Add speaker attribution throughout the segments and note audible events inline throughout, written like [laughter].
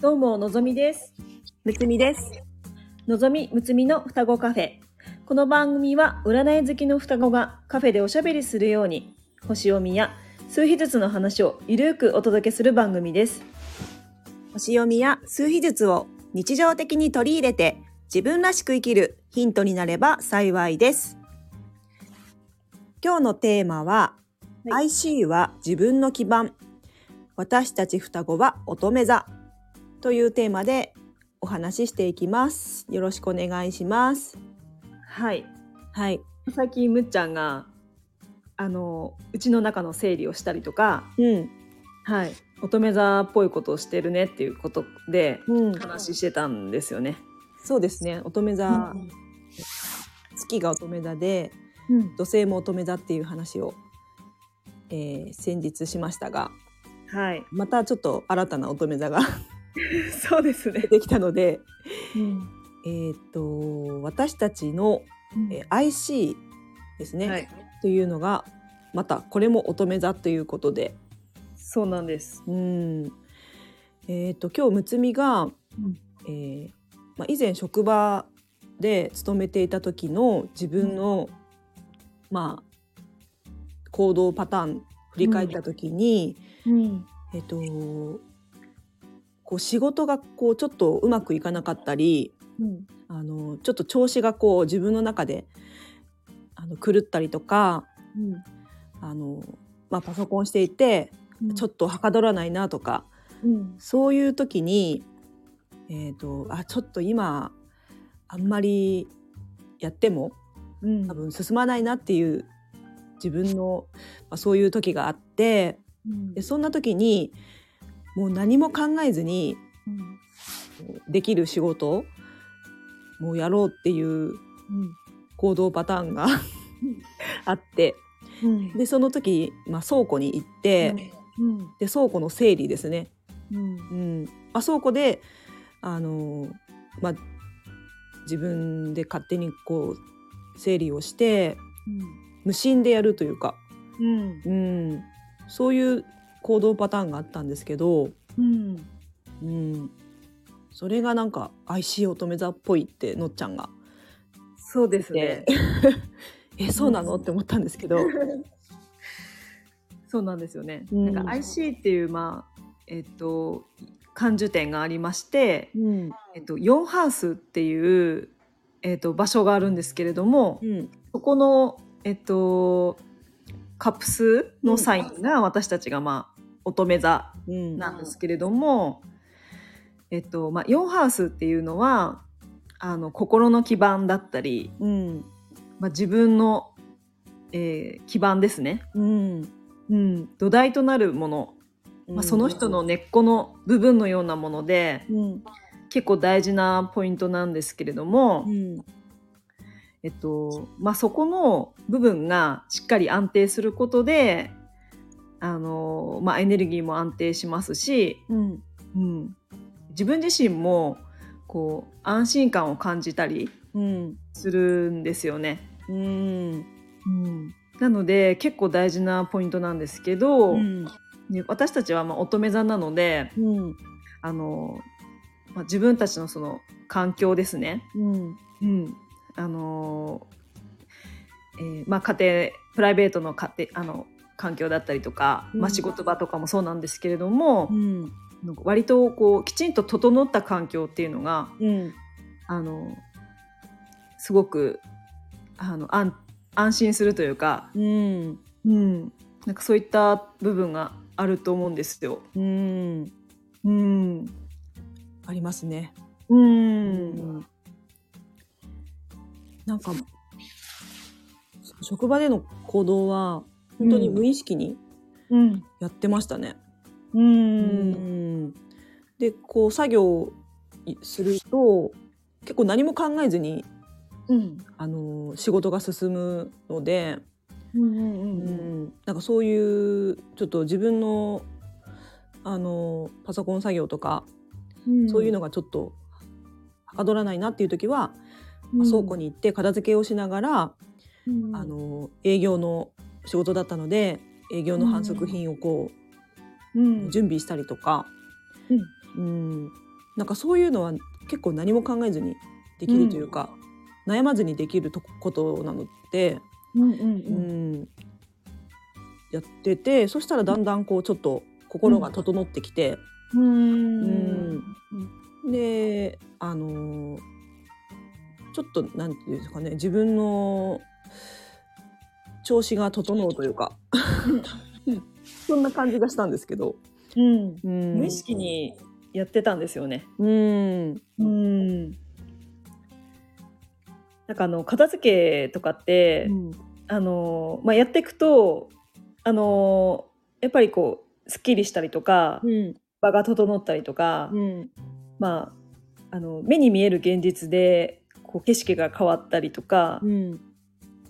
Speaker 1: どうも、のぞみです。
Speaker 2: むつみです。
Speaker 1: のぞみ、むつみの双子カフェ。この番組は、占い好きの双子がカフェでおしゃべりするように、星読みや数秘術の話をゆるくお届けする番組です。
Speaker 2: 星読みや数秘術を日常的に取り入れて自分らしく生きるヒントになれば幸いです。今日のテーマは、
Speaker 1: は
Speaker 2: IC は自分の基盤、私たち双子は乙女座というテーマでお話ししていきます。よろしくお願いします。
Speaker 1: はい。
Speaker 2: はい。
Speaker 1: 最近、むっちゃんが、あの、うちの中の整理をしたりとか、
Speaker 2: うん。
Speaker 1: はい。乙女座っぽいことをしてるねっていうことで、
Speaker 2: うん。
Speaker 1: 話してたんですよね。
Speaker 2: そうですね。乙女座、月が乙女座で、
Speaker 1: うん
Speaker 2: 土星も乙女座っていう話を、えー先日しましたが
Speaker 1: はい。
Speaker 2: またちょっと新たな乙女座が [laughs]
Speaker 1: そうですね
Speaker 2: 出。てきたので、えー、と私たちの、えー IC ですね、
Speaker 1: はい。
Speaker 2: というのがまたこれも乙女座ということで
Speaker 1: そうなんです。
Speaker 2: うん、えー、と今日むつみが、
Speaker 1: ん
Speaker 2: えーまあ、以前職場で勤めていた時の自分の、まあ、行動パターン振り返った時に、
Speaker 1: うん。
Speaker 2: えっと、こう仕事がこうちょっとうまくいかなかったり
Speaker 1: うん。
Speaker 2: あのちょっと調子がこう自分の中であの狂ったりとかあの、まあ、パソコンしていてちょっとはかどらないなとか
Speaker 1: うん、
Speaker 2: そういう時に、えっとあちょっと今あんまりやっても
Speaker 1: うん
Speaker 2: 多分進まないなっていう自分の、まあ、そういう時があって
Speaker 1: うん
Speaker 2: でそんな時にもう何も考えずに
Speaker 1: うん
Speaker 2: できる仕事をもうやろうっていう行動パターンが [laughs] あって
Speaker 1: うん
Speaker 2: でその時、まあ、倉庫に行って、
Speaker 1: うん
Speaker 2: で倉庫の整理ですね、
Speaker 1: うん
Speaker 2: うんまあ、倉庫で、あのーまあ、自分で勝手にこう整理をして無心でやるというか、
Speaker 1: うん
Speaker 2: うん、そういう行動パターンがあったんですけど、
Speaker 1: うん
Speaker 2: うん、それがなんか IC 乙女座っぽいってのっちゃんが
Speaker 1: そうですね。
Speaker 2: [laughs] えそうなのって思ったんですけど、
Speaker 1: そうなんですよね。
Speaker 2: うん
Speaker 1: なんか IC っていうまあえっと感受点がありまして、
Speaker 2: うん
Speaker 1: えっと4ハウスっていうえっと場所があるんですけれども、そこのえっとカプスのサインが私たちがまあ乙女座
Speaker 2: うん
Speaker 1: なんですけれども、えっとまあ、4ハウスっていうのはあの心の基盤だったり、
Speaker 2: うん
Speaker 1: まあ、自分の、えー基盤ですね、
Speaker 2: うん
Speaker 1: うん、土台となるもの、まあ、その人の根っこの部分のようなもので、
Speaker 2: うん
Speaker 1: 結構大事なポイントなんですけれども、
Speaker 2: うん
Speaker 1: えっとまあ、そこの部分がしっかり安定することであの、まあ、エネルギーも安定しますし
Speaker 2: うん
Speaker 1: うん、自分自身もこう安心感を感じたり
Speaker 2: うん
Speaker 1: するんですよね。
Speaker 2: うん
Speaker 1: うん、なので結構大事なポイントなんですけど、
Speaker 2: うん
Speaker 1: ね私たちはまあ乙女座なので
Speaker 2: うん
Speaker 1: あの、まあ、自分たちのその環境ですね、
Speaker 2: うん
Speaker 1: うんあのえーまあ、家庭プライベートの家庭あの環境だったりとか、
Speaker 2: うん
Speaker 1: まあ、仕事場とかもそうなんですけれども、
Speaker 2: うん
Speaker 1: なんか割とこうきちんと整った環境っていうのが
Speaker 2: うん
Speaker 1: あのすごくあの安安心するというか、
Speaker 2: うん
Speaker 1: うん、なんかそういった部分があると思うんですよ。
Speaker 2: うん
Speaker 1: うん、
Speaker 2: ありますね。
Speaker 1: う、
Speaker 2: うんなんか職場での行動は本当に無意識に
Speaker 1: うん、
Speaker 2: やってましたね。
Speaker 1: う、
Speaker 2: うんんでこう作業すると結構何も考えずに
Speaker 1: うん、
Speaker 2: あの仕事が進むので、
Speaker 1: うん、
Speaker 2: う
Speaker 1: うん、
Speaker 2: んなんかそういうちょっと自分のあのパソコン作業とか、
Speaker 1: うん、
Speaker 2: そういうのがちょっとはかどらないなっていう時は、まあ倉庫に行って片付けをしながら、
Speaker 1: うん、
Speaker 2: あの営業の仕事だったので営業の反則品をこう、
Speaker 1: うん、
Speaker 2: 準備したりとか、
Speaker 1: うん
Speaker 2: うんなんかそういうのは結構何も考えずにできるというか、悩まずにできるとことなので、
Speaker 1: うんうん
Speaker 2: う。ん、やっててそしたらだんだんこうちょっと心が整ってきて、
Speaker 1: う
Speaker 2: うん
Speaker 1: ん。
Speaker 2: であのーちょっとなんていうんですかね自分の調子が整うというか、そんな感じがしたんですけど、
Speaker 1: うん。
Speaker 2: うん
Speaker 1: 無意識にやってたんですよね。
Speaker 2: うん
Speaker 1: うん。なんかあの片付けとかって、あのまあやっていくとあのやっぱりこうすっきりしたりとか、
Speaker 2: うん
Speaker 1: 場が整ったりとか、
Speaker 2: うん
Speaker 1: まああの目に見える現実でこう景色が変わったりとか
Speaker 2: うん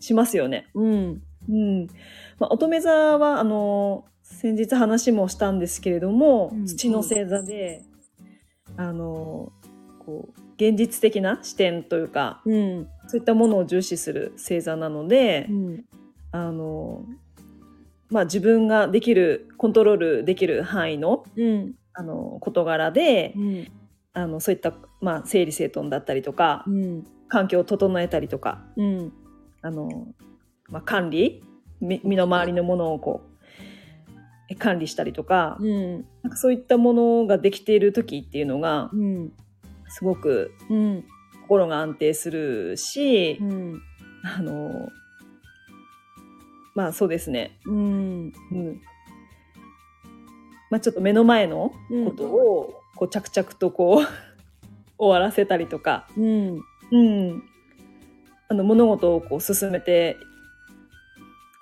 Speaker 1: しますよね。
Speaker 2: うん
Speaker 1: うんまあ、乙女座はあの先日話もしたんですけれども、
Speaker 2: うん
Speaker 1: 土の星座で、あのこう現実的な視点というか
Speaker 2: うん
Speaker 1: そういったものを重視する星座なので、
Speaker 2: うん
Speaker 1: あのまあ、自分ができるコントロールできる範囲の
Speaker 2: うん
Speaker 1: あの事柄で、
Speaker 2: うん
Speaker 1: あのそういった、まあ、整理整頓だったりとか、
Speaker 2: うん
Speaker 1: 環境を整えたりとか
Speaker 2: うん
Speaker 1: あの、まあ、管理み身の回りのものをこうえ管理したりとか,、
Speaker 2: うん
Speaker 1: なんかそういったものができている時っていうのが
Speaker 2: うん
Speaker 1: すごく
Speaker 2: うん
Speaker 1: 心が安定するし、
Speaker 2: うん
Speaker 1: あのまあそうですね、
Speaker 2: うん
Speaker 1: うんまあ、ちょっと目の前のことをこう着々とこう [laughs] 終わらせたりとか、
Speaker 2: うん
Speaker 1: うん、あの物事をこう進めて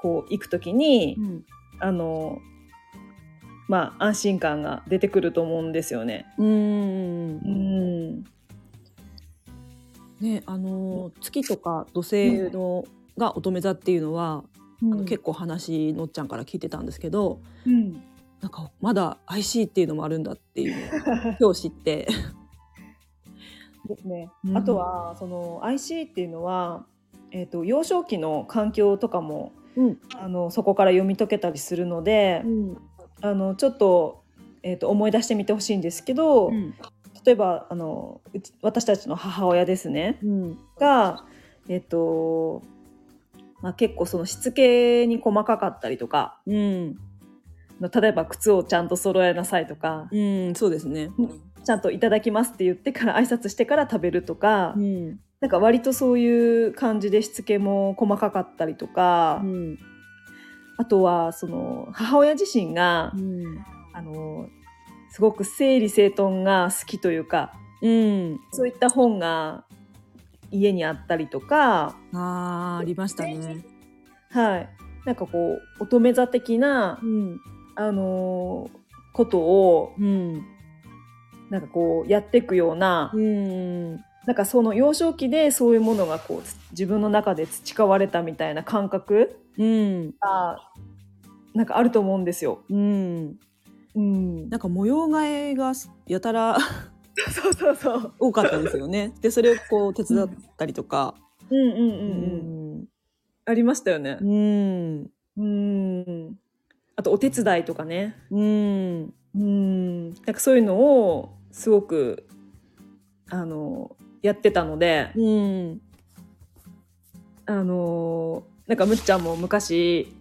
Speaker 1: こういくときに、
Speaker 2: うん
Speaker 1: あのまあ安心感が出てくると思うんですよね。
Speaker 2: うん
Speaker 1: うん、
Speaker 2: ねあのー月とか土星のが乙女座っていうのは、あの結構話のっちゃんから聞いてたんですけど
Speaker 1: うん、
Speaker 2: なんかまだ IC っていうのもあるんだっていう今日知って。
Speaker 1: ですね
Speaker 2: うん
Speaker 1: あとはその IC っていうのは、えー、と幼少期の環境とかも
Speaker 2: うん
Speaker 1: あのそこから読み解けたりするので、
Speaker 2: うん
Speaker 1: あのちょっと,、えー、と思い出してみてほしいんですけど、
Speaker 2: うん
Speaker 1: 例えばあのうち私たちの母親ですね
Speaker 2: うん
Speaker 1: が、えっとまあ、結構そのしつけに細かかったりとか。
Speaker 2: うん
Speaker 1: 例えば靴をちゃんと揃えなさいとか、
Speaker 2: うんそうですね。
Speaker 1: ちゃんといただきますって言ってから挨拶してから食べるとか、
Speaker 2: うん
Speaker 1: なんか割とそういう感じでしつけも細かかったりとか、
Speaker 2: うん
Speaker 1: あとはその母親自身が、
Speaker 2: うん
Speaker 1: あのすごく整理整頓が好きというか
Speaker 2: うん
Speaker 1: そういった本が家にあったりとか、
Speaker 2: あーありましたね。
Speaker 1: はい、なんかこう乙女座的な、
Speaker 2: うん
Speaker 1: あのことを
Speaker 2: うん
Speaker 1: なんかこうやっていくような
Speaker 2: うん
Speaker 1: なんかその幼少期でそういうものがこうつ自分の中で培われたみたいな感覚
Speaker 2: うん
Speaker 1: がなんかあると思うんですよ。
Speaker 2: うん
Speaker 1: うん、
Speaker 2: なんか模様替えがやたら
Speaker 1: [laughs] そうそうそう。
Speaker 2: 多かったですよね。でそれをこう手伝ったりとか。
Speaker 1: うんうんうんう
Speaker 2: う
Speaker 1: ん。
Speaker 2: ん
Speaker 1: ありましたよね
Speaker 2: う。ん
Speaker 1: うん。あとお手伝いとかね。
Speaker 2: うん
Speaker 1: うん。なんかそういうのをすごくあのやってたので、
Speaker 2: うん
Speaker 1: あのなんかむっちゃんも昔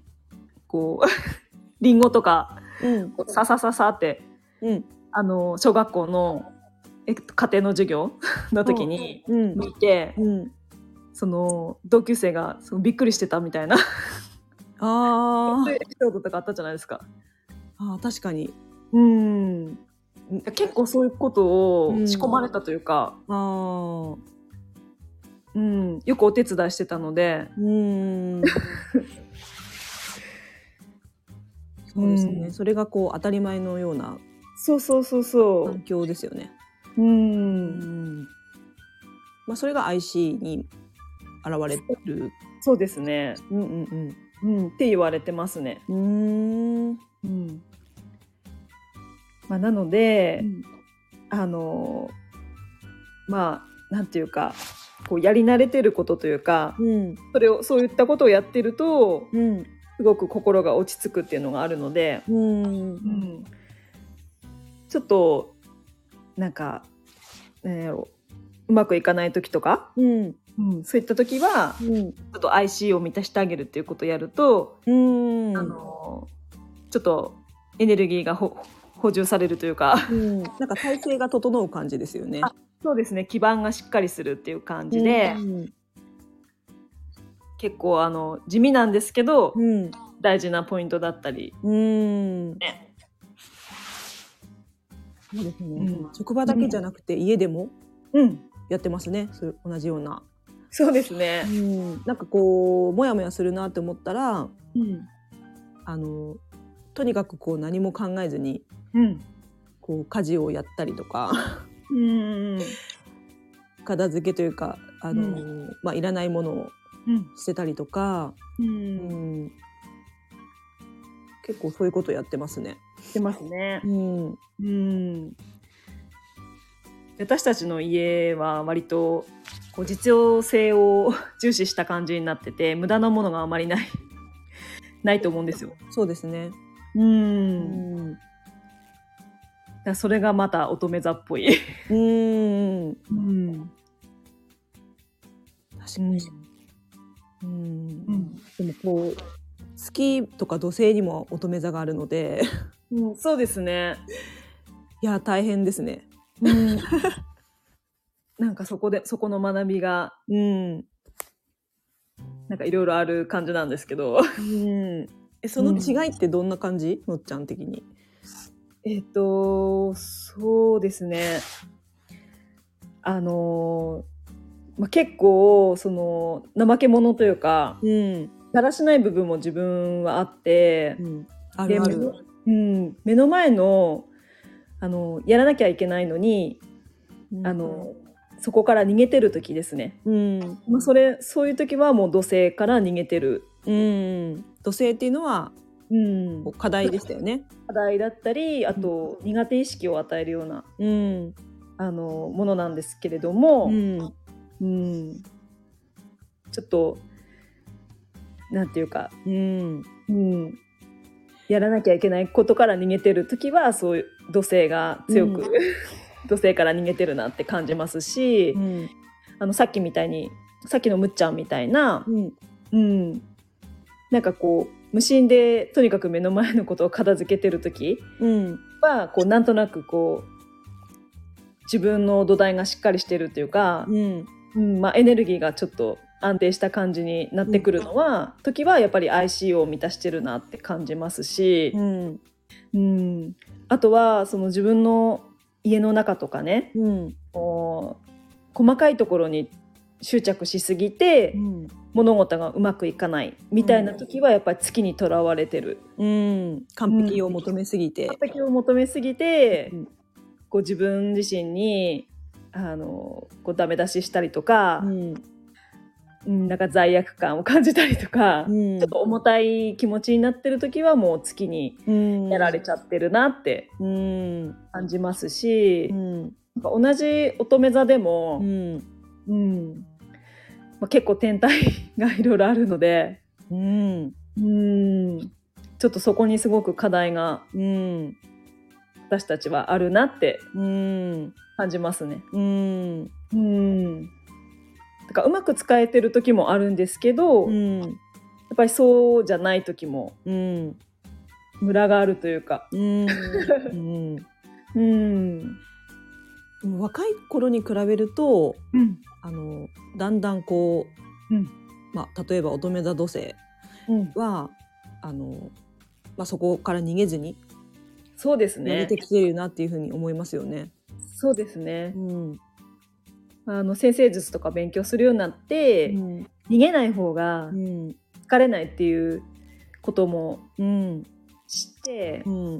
Speaker 1: こう [laughs] リンゴとか
Speaker 2: うん
Speaker 1: こうささささって
Speaker 2: うん
Speaker 1: あの小学校のえ家庭の授業の時に
Speaker 2: うん
Speaker 1: 見て、
Speaker 2: うん
Speaker 1: その同級生がそのびっくりしてたみたいな
Speaker 2: あ
Speaker 1: そう
Speaker 2: ー
Speaker 1: いうエピソードとかあったじゃないですか。
Speaker 2: あー確かに
Speaker 1: うん結構そういうことを仕込まれたというか、
Speaker 2: あー
Speaker 1: うんよくお手伝いしてたので、
Speaker 2: うんそうですね、
Speaker 1: うん
Speaker 2: それがこう当たり前のような
Speaker 1: そうそうそうそ
Speaker 2: 環境ですよね。
Speaker 1: う。う、
Speaker 2: うんんまあ、それが IC に現れる。
Speaker 1: そうですね、
Speaker 2: うんうん
Speaker 1: うん、って言われてますね。
Speaker 2: うん。うーん。
Speaker 1: うんまあ、なので、あのまあなんていうかこうやり慣れてることというか
Speaker 2: うん。
Speaker 1: それをそういったことをやってると
Speaker 2: うん。
Speaker 1: すごく心が落ち着くっていうのがあるので、
Speaker 2: うん。
Speaker 1: うんちょっとなんかなんやろうまくいかない時とか、
Speaker 2: うん
Speaker 1: うん、そういった時はち
Speaker 2: うん
Speaker 1: ょっと IC を満たしてあげるっていうことをやると、
Speaker 2: うん
Speaker 1: あのちょっとエネルギーがほ補充されるというか
Speaker 2: うんなんか体勢が整う感じですよね。
Speaker 1: あそうですね基盤がしっかりするっていう感じで、
Speaker 2: うん
Speaker 1: 結構あの地味なんですけど、
Speaker 2: うん
Speaker 1: 大事なポイントだったり
Speaker 2: うん
Speaker 1: ね
Speaker 2: そうですね
Speaker 1: うん
Speaker 2: 職場だけじゃなくて家でも
Speaker 1: うん
Speaker 2: やってますね、そういう同じような、
Speaker 1: そうですね、
Speaker 2: なんかこうモヤモヤするなって思ったら
Speaker 1: うん
Speaker 2: あのとにかくこう何も考えずに
Speaker 1: うん
Speaker 2: こう家事をやったり
Speaker 1: [laughs]
Speaker 2: とか
Speaker 1: うん
Speaker 2: 片付けというかあの、まあ、いらないものを
Speaker 1: うん
Speaker 2: 捨てたりとか、
Speaker 1: う
Speaker 2: うんん結構そういうことやってますね。
Speaker 1: してますね
Speaker 2: うん
Speaker 1: うん私たちの家は割とこう実用性を重視した感じになってて無駄なものがあまりないないと思うんですよ。
Speaker 2: そうですね。
Speaker 1: うん
Speaker 2: う
Speaker 1: だか
Speaker 2: ん。
Speaker 1: らそれがまた乙女座っぽい。
Speaker 2: うん。
Speaker 1: うん
Speaker 2: 確かに。うん。
Speaker 1: うん
Speaker 2: でもこう月とか土星にも乙女座があるので、 [laughs]
Speaker 1: うん、そうですね。
Speaker 2: いや大変ですね。
Speaker 1: うん、 [laughs] なんかそこでそこの学びが
Speaker 2: うん。
Speaker 1: なんかいろいろある感じなんですけど [laughs]
Speaker 2: うん。えその違いってどんな感じ？のっちゃん的に。
Speaker 1: えっとそうですねあのーまあ、結構その怠け者というか
Speaker 2: うん。
Speaker 1: だらしない部分も自分はあって、
Speaker 2: あ
Speaker 1: で
Speaker 2: るある。
Speaker 1: 目のうん、目の前のあのやらなきゃいけないのに、
Speaker 2: うん
Speaker 1: あのそこから逃げてる時ですね、
Speaker 2: うん。
Speaker 1: まあ、それそういう時はもう土星から逃げてる、
Speaker 2: うん。土星っていうのは
Speaker 1: うん
Speaker 2: こう課題でしたよね。
Speaker 1: 課題だったりあと苦手意識を与えるような
Speaker 2: うん。
Speaker 1: あのものなんですけれども、
Speaker 2: うん。
Speaker 1: うんちょっとなんていうか、
Speaker 2: うん。
Speaker 1: うん、やらなきゃいけないことから逃げてる時はそういう土星が強く、
Speaker 2: う
Speaker 1: [laughs] 土星から逃げてるなって感じますし、
Speaker 2: うん。
Speaker 1: あのさっきみたいにさっきのむっちゃんみたいな、
Speaker 2: うん。
Speaker 1: うん、なんかこう無心でとにかく目の前のことを片付けてる時
Speaker 2: うん。
Speaker 1: はこうなんとなくこう自分の土台がしっかりしてるというか、
Speaker 2: うん。
Speaker 1: うんまあ、エネルギーがちょっと安定した感じになってくるのは、時はやっぱり IC を満たしてるなって感じますし
Speaker 2: う、ん。
Speaker 1: うんあとはその自分の家の中とかね
Speaker 2: うん。
Speaker 1: こう細かいところに執着しすぎて、
Speaker 2: うん。
Speaker 1: 物事がうまくいかないみたいな時はやっぱり月にとらわれてる。
Speaker 2: うん。完璧を求めすぎて。
Speaker 1: 完璧を求めすぎて、
Speaker 2: うん
Speaker 1: こう自分自身にあのこうダメ出ししたりとか、
Speaker 2: うん。
Speaker 1: うんなんか罪悪感を感じたりとか、
Speaker 2: うん
Speaker 1: ちょっと重たい気持ちになってる時はもう月に
Speaker 2: うん。
Speaker 1: やられちゃってるなって
Speaker 2: うん。
Speaker 1: 感じますし、
Speaker 2: うん。
Speaker 1: なんか同じ乙女座で
Speaker 2: う
Speaker 1: も、
Speaker 2: ん。
Speaker 1: うんまあ、結構天体 [laughs] がいろいろあるので、
Speaker 2: うん。
Speaker 1: うん、ちょっとそこにすごく課題が
Speaker 2: うん。
Speaker 1: 私たちはあるなって
Speaker 2: うん。
Speaker 1: 感じますね。
Speaker 2: うん。
Speaker 1: うんだからうまく使えてる時もあるんですけど、や
Speaker 2: うん。
Speaker 1: っぱりそうじゃない時も
Speaker 2: うん。
Speaker 1: ムラがあるというか、
Speaker 2: うん。うん。
Speaker 1: うん
Speaker 2: 若い頃に比べると
Speaker 1: うん
Speaker 2: あのだんだんこう、
Speaker 1: うん
Speaker 2: まあ、例えば乙女座土星
Speaker 1: うん、
Speaker 2: はあの、まあ、そこから逃げずに
Speaker 1: そうです
Speaker 2: 逃げ
Speaker 1: ね
Speaker 2: て。きてるなっていうふうに思いますよね。
Speaker 1: そうですね
Speaker 2: う。ん
Speaker 1: あの先生術とか勉強するようになっ
Speaker 2: う
Speaker 1: て、
Speaker 2: ん
Speaker 1: 逃げない方が
Speaker 2: うん
Speaker 1: 疲れないっていうことも
Speaker 2: うん
Speaker 1: 知って、
Speaker 2: うん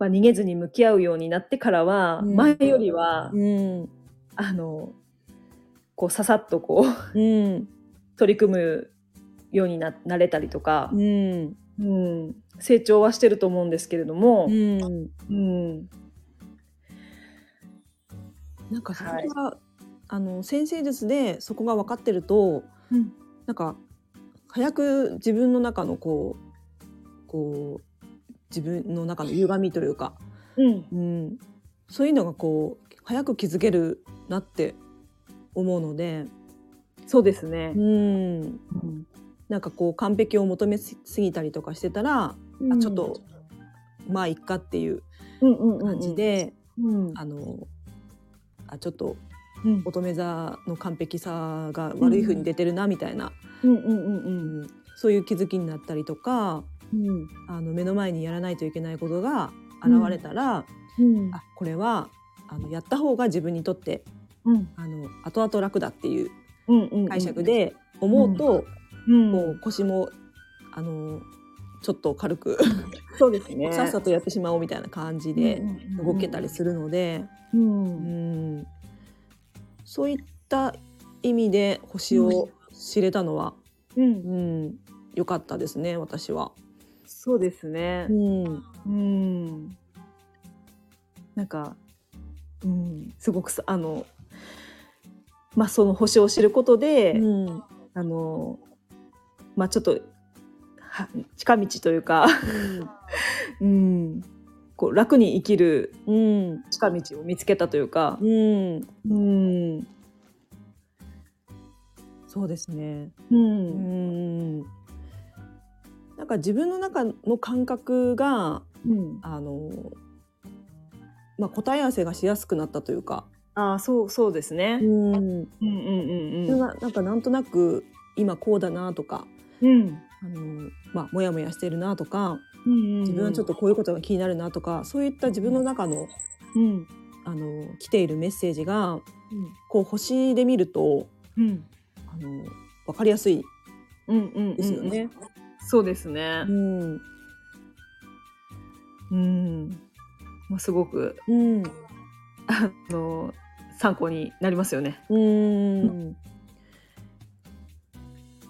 Speaker 1: まあ逃げずに向き合うようになってからは、
Speaker 2: うん
Speaker 1: 前よりは、
Speaker 2: うん
Speaker 1: あのこうささっとこう
Speaker 2: うん
Speaker 1: 取り組むようにななれたりとか、
Speaker 2: うん
Speaker 1: うん、成長はしてると思うんですけれども、
Speaker 2: うん
Speaker 1: うん
Speaker 2: なんかそこ
Speaker 1: はい
Speaker 2: が、あの先生術でそこが分かってると
Speaker 1: うん
Speaker 2: なんか早く自分の中のこうこう自分の中の歪みというか、
Speaker 1: うん
Speaker 2: うん、そういうのがこう早く気づけるなって思うので
Speaker 1: そうですね
Speaker 2: う。ん
Speaker 1: うん
Speaker 2: なんかこう完璧を求めすぎたりとかしてたら、あちょっとまあいっかっていう
Speaker 1: うんうんうんうん
Speaker 2: 感じ、で、
Speaker 1: うん
Speaker 2: あのあちょっと
Speaker 1: うん
Speaker 2: 乙女座の完璧さが悪い風に出てるなみたいな、
Speaker 1: うんうんうん
Speaker 2: うんそういう気づきになったりとか
Speaker 1: うん
Speaker 2: あの目の前にやらないといけないことが現れたら、
Speaker 1: うん
Speaker 2: あこれはあのやった方が自分にとって
Speaker 1: うん
Speaker 2: あの後々楽だっていう
Speaker 1: うんうん
Speaker 2: 解釈、で思うと、
Speaker 1: うん、
Speaker 2: もう腰もあのちょっと軽く、
Speaker 1: そうですね。
Speaker 2: [laughs] さっさとやってしまおうみたいな感じで動けたりするので、
Speaker 1: る。う
Speaker 2: うんんそういった意味で星を知れたのは
Speaker 1: うん
Speaker 2: 良、うん、良かったですね私は。
Speaker 1: そうですね
Speaker 2: う。ん
Speaker 1: うん。なんか、うん、すごくさあの、まあその星を知ることで、
Speaker 2: うん
Speaker 1: あの、まあちょっとは近道というか、うん、こう楽に生きる
Speaker 2: うん
Speaker 1: 近道を見つけたというか、
Speaker 2: うん、
Speaker 1: うん、
Speaker 2: そうですね。
Speaker 1: う、
Speaker 2: うんんなんか自分の中の感覚が
Speaker 1: うん、
Speaker 2: あの、まあ、答え合わせがしやすくなったというか、
Speaker 1: ああ、そうそうですね。
Speaker 2: うん
Speaker 1: うんうんうんうん
Speaker 2: ななんかなんとなく今こうだなとか
Speaker 1: うん。
Speaker 2: あの、まあ、もやもやしてるなとか
Speaker 1: 自
Speaker 2: 自分はちょっと、こういうことが気になるなとか、そういった自分の中の
Speaker 1: うん
Speaker 2: あの来ているメッセージが
Speaker 1: うん
Speaker 2: こう星で見ると
Speaker 1: うん
Speaker 2: あの分かりやすい
Speaker 1: うんうん、
Speaker 2: ですよね。。
Speaker 1: そうですね
Speaker 2: う。ん
Speaker 1: うん、まあ、すごく
Speaker 2: うん
Speaker 1: あの参考になりますよね。
Speaker 2: うん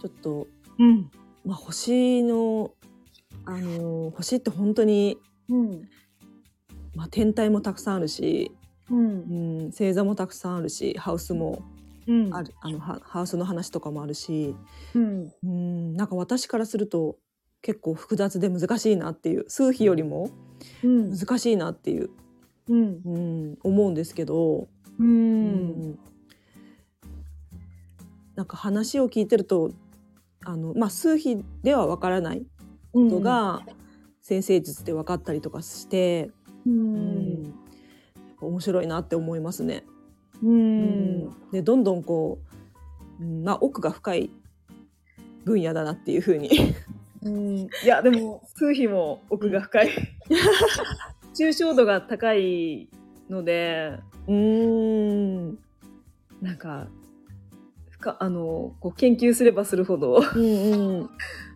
Speaker 2: ちょっと、
Speaker 1: うん、
Speaker 2: まあ、星のあの星って本当に、
Speaker 1: うん、
Speaker 2: まあ、天体もたくさんあるし、
Speaker 1: う、
Speaker 2: うんん、星座もたくさんあるしハウスも
Speaker 1: うん、
Speaker 2: ある、あのハハウスの話とかもあるし
Speaker 1: うん、
Speaker 2: うんなんか私からすると結構複雑で難しいなっていう数比よりも
Speaker 1: うん、
Speaker 2: 難しいなっていう、
Speaker 1: うん、
Speaker 2: うん、思うんですけど、
Speaker 1: う、
Speaker 2: うんなんか話を聞いてるとあの、まあ、数比ではわからないこと、が先生術で分かったりとかして、
Speaker 1: う
Speaker 2: うん
Speaker 1: ん、
Speaker 2: やっぱ面白いなって思いますね。
Speaker 1: う、
Speaker 2: うんでどんどんこう、うんまあ、奥が深い分野だなっていうふうに。
Speaker 1: うん、いや、でも、数比も奥が深い。抽象度が高いので、
Speaker 2: うーん
Speaker 1: なんか。深あのこう研究すればするほど
Speaker 2: うん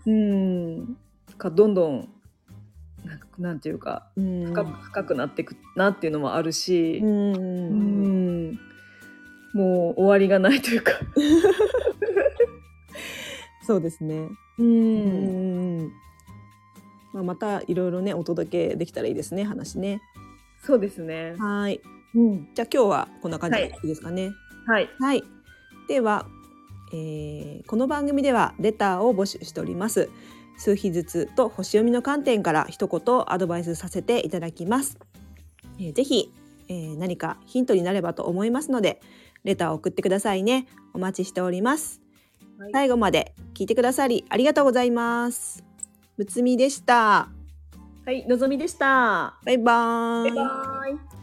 Speaker 1: うんかどんどんなんかなんていうか
Speaker 2: うん
Speaker 1: 深く深くなっていくなっていうのもあるし、
Speaker 2: うん
Speaker 1: う
Speaker 2: うん
Speaker 1: んもう終わりがないというか、
Speaker 2: そうですね。
Speaker 1: う
Speaker 2: うんんうんまあまたいろいろねお届けできたらいいですね話ね。
Speaker 1: そうですね。
Speaker 2: はーい。
Speaker 1: うん、
Speaker 2: じゃあ今日はこんな感じ
Speaker 1: は
Speaker 2: で
Speaker 1: い
Speaker 2: いいですかね。
Speaker 1: はい、
Speaker 2: はい。では、えーこの番組ではレターを募集しております。数日ずつと星読みの観点から一言アドバイスさせていただきます。えーぜひ、えー何かヒントになればと思いますので、レターを送ってくださいね。お待ちしております。
Speaker 1: はい
Speaker 2: 最後まで聞いてくださりありがとうございます。むつみでした。
Speaker 1: はい、のぞみでした。
Speaker 2: バイバー
Speaker 1: バイバイ。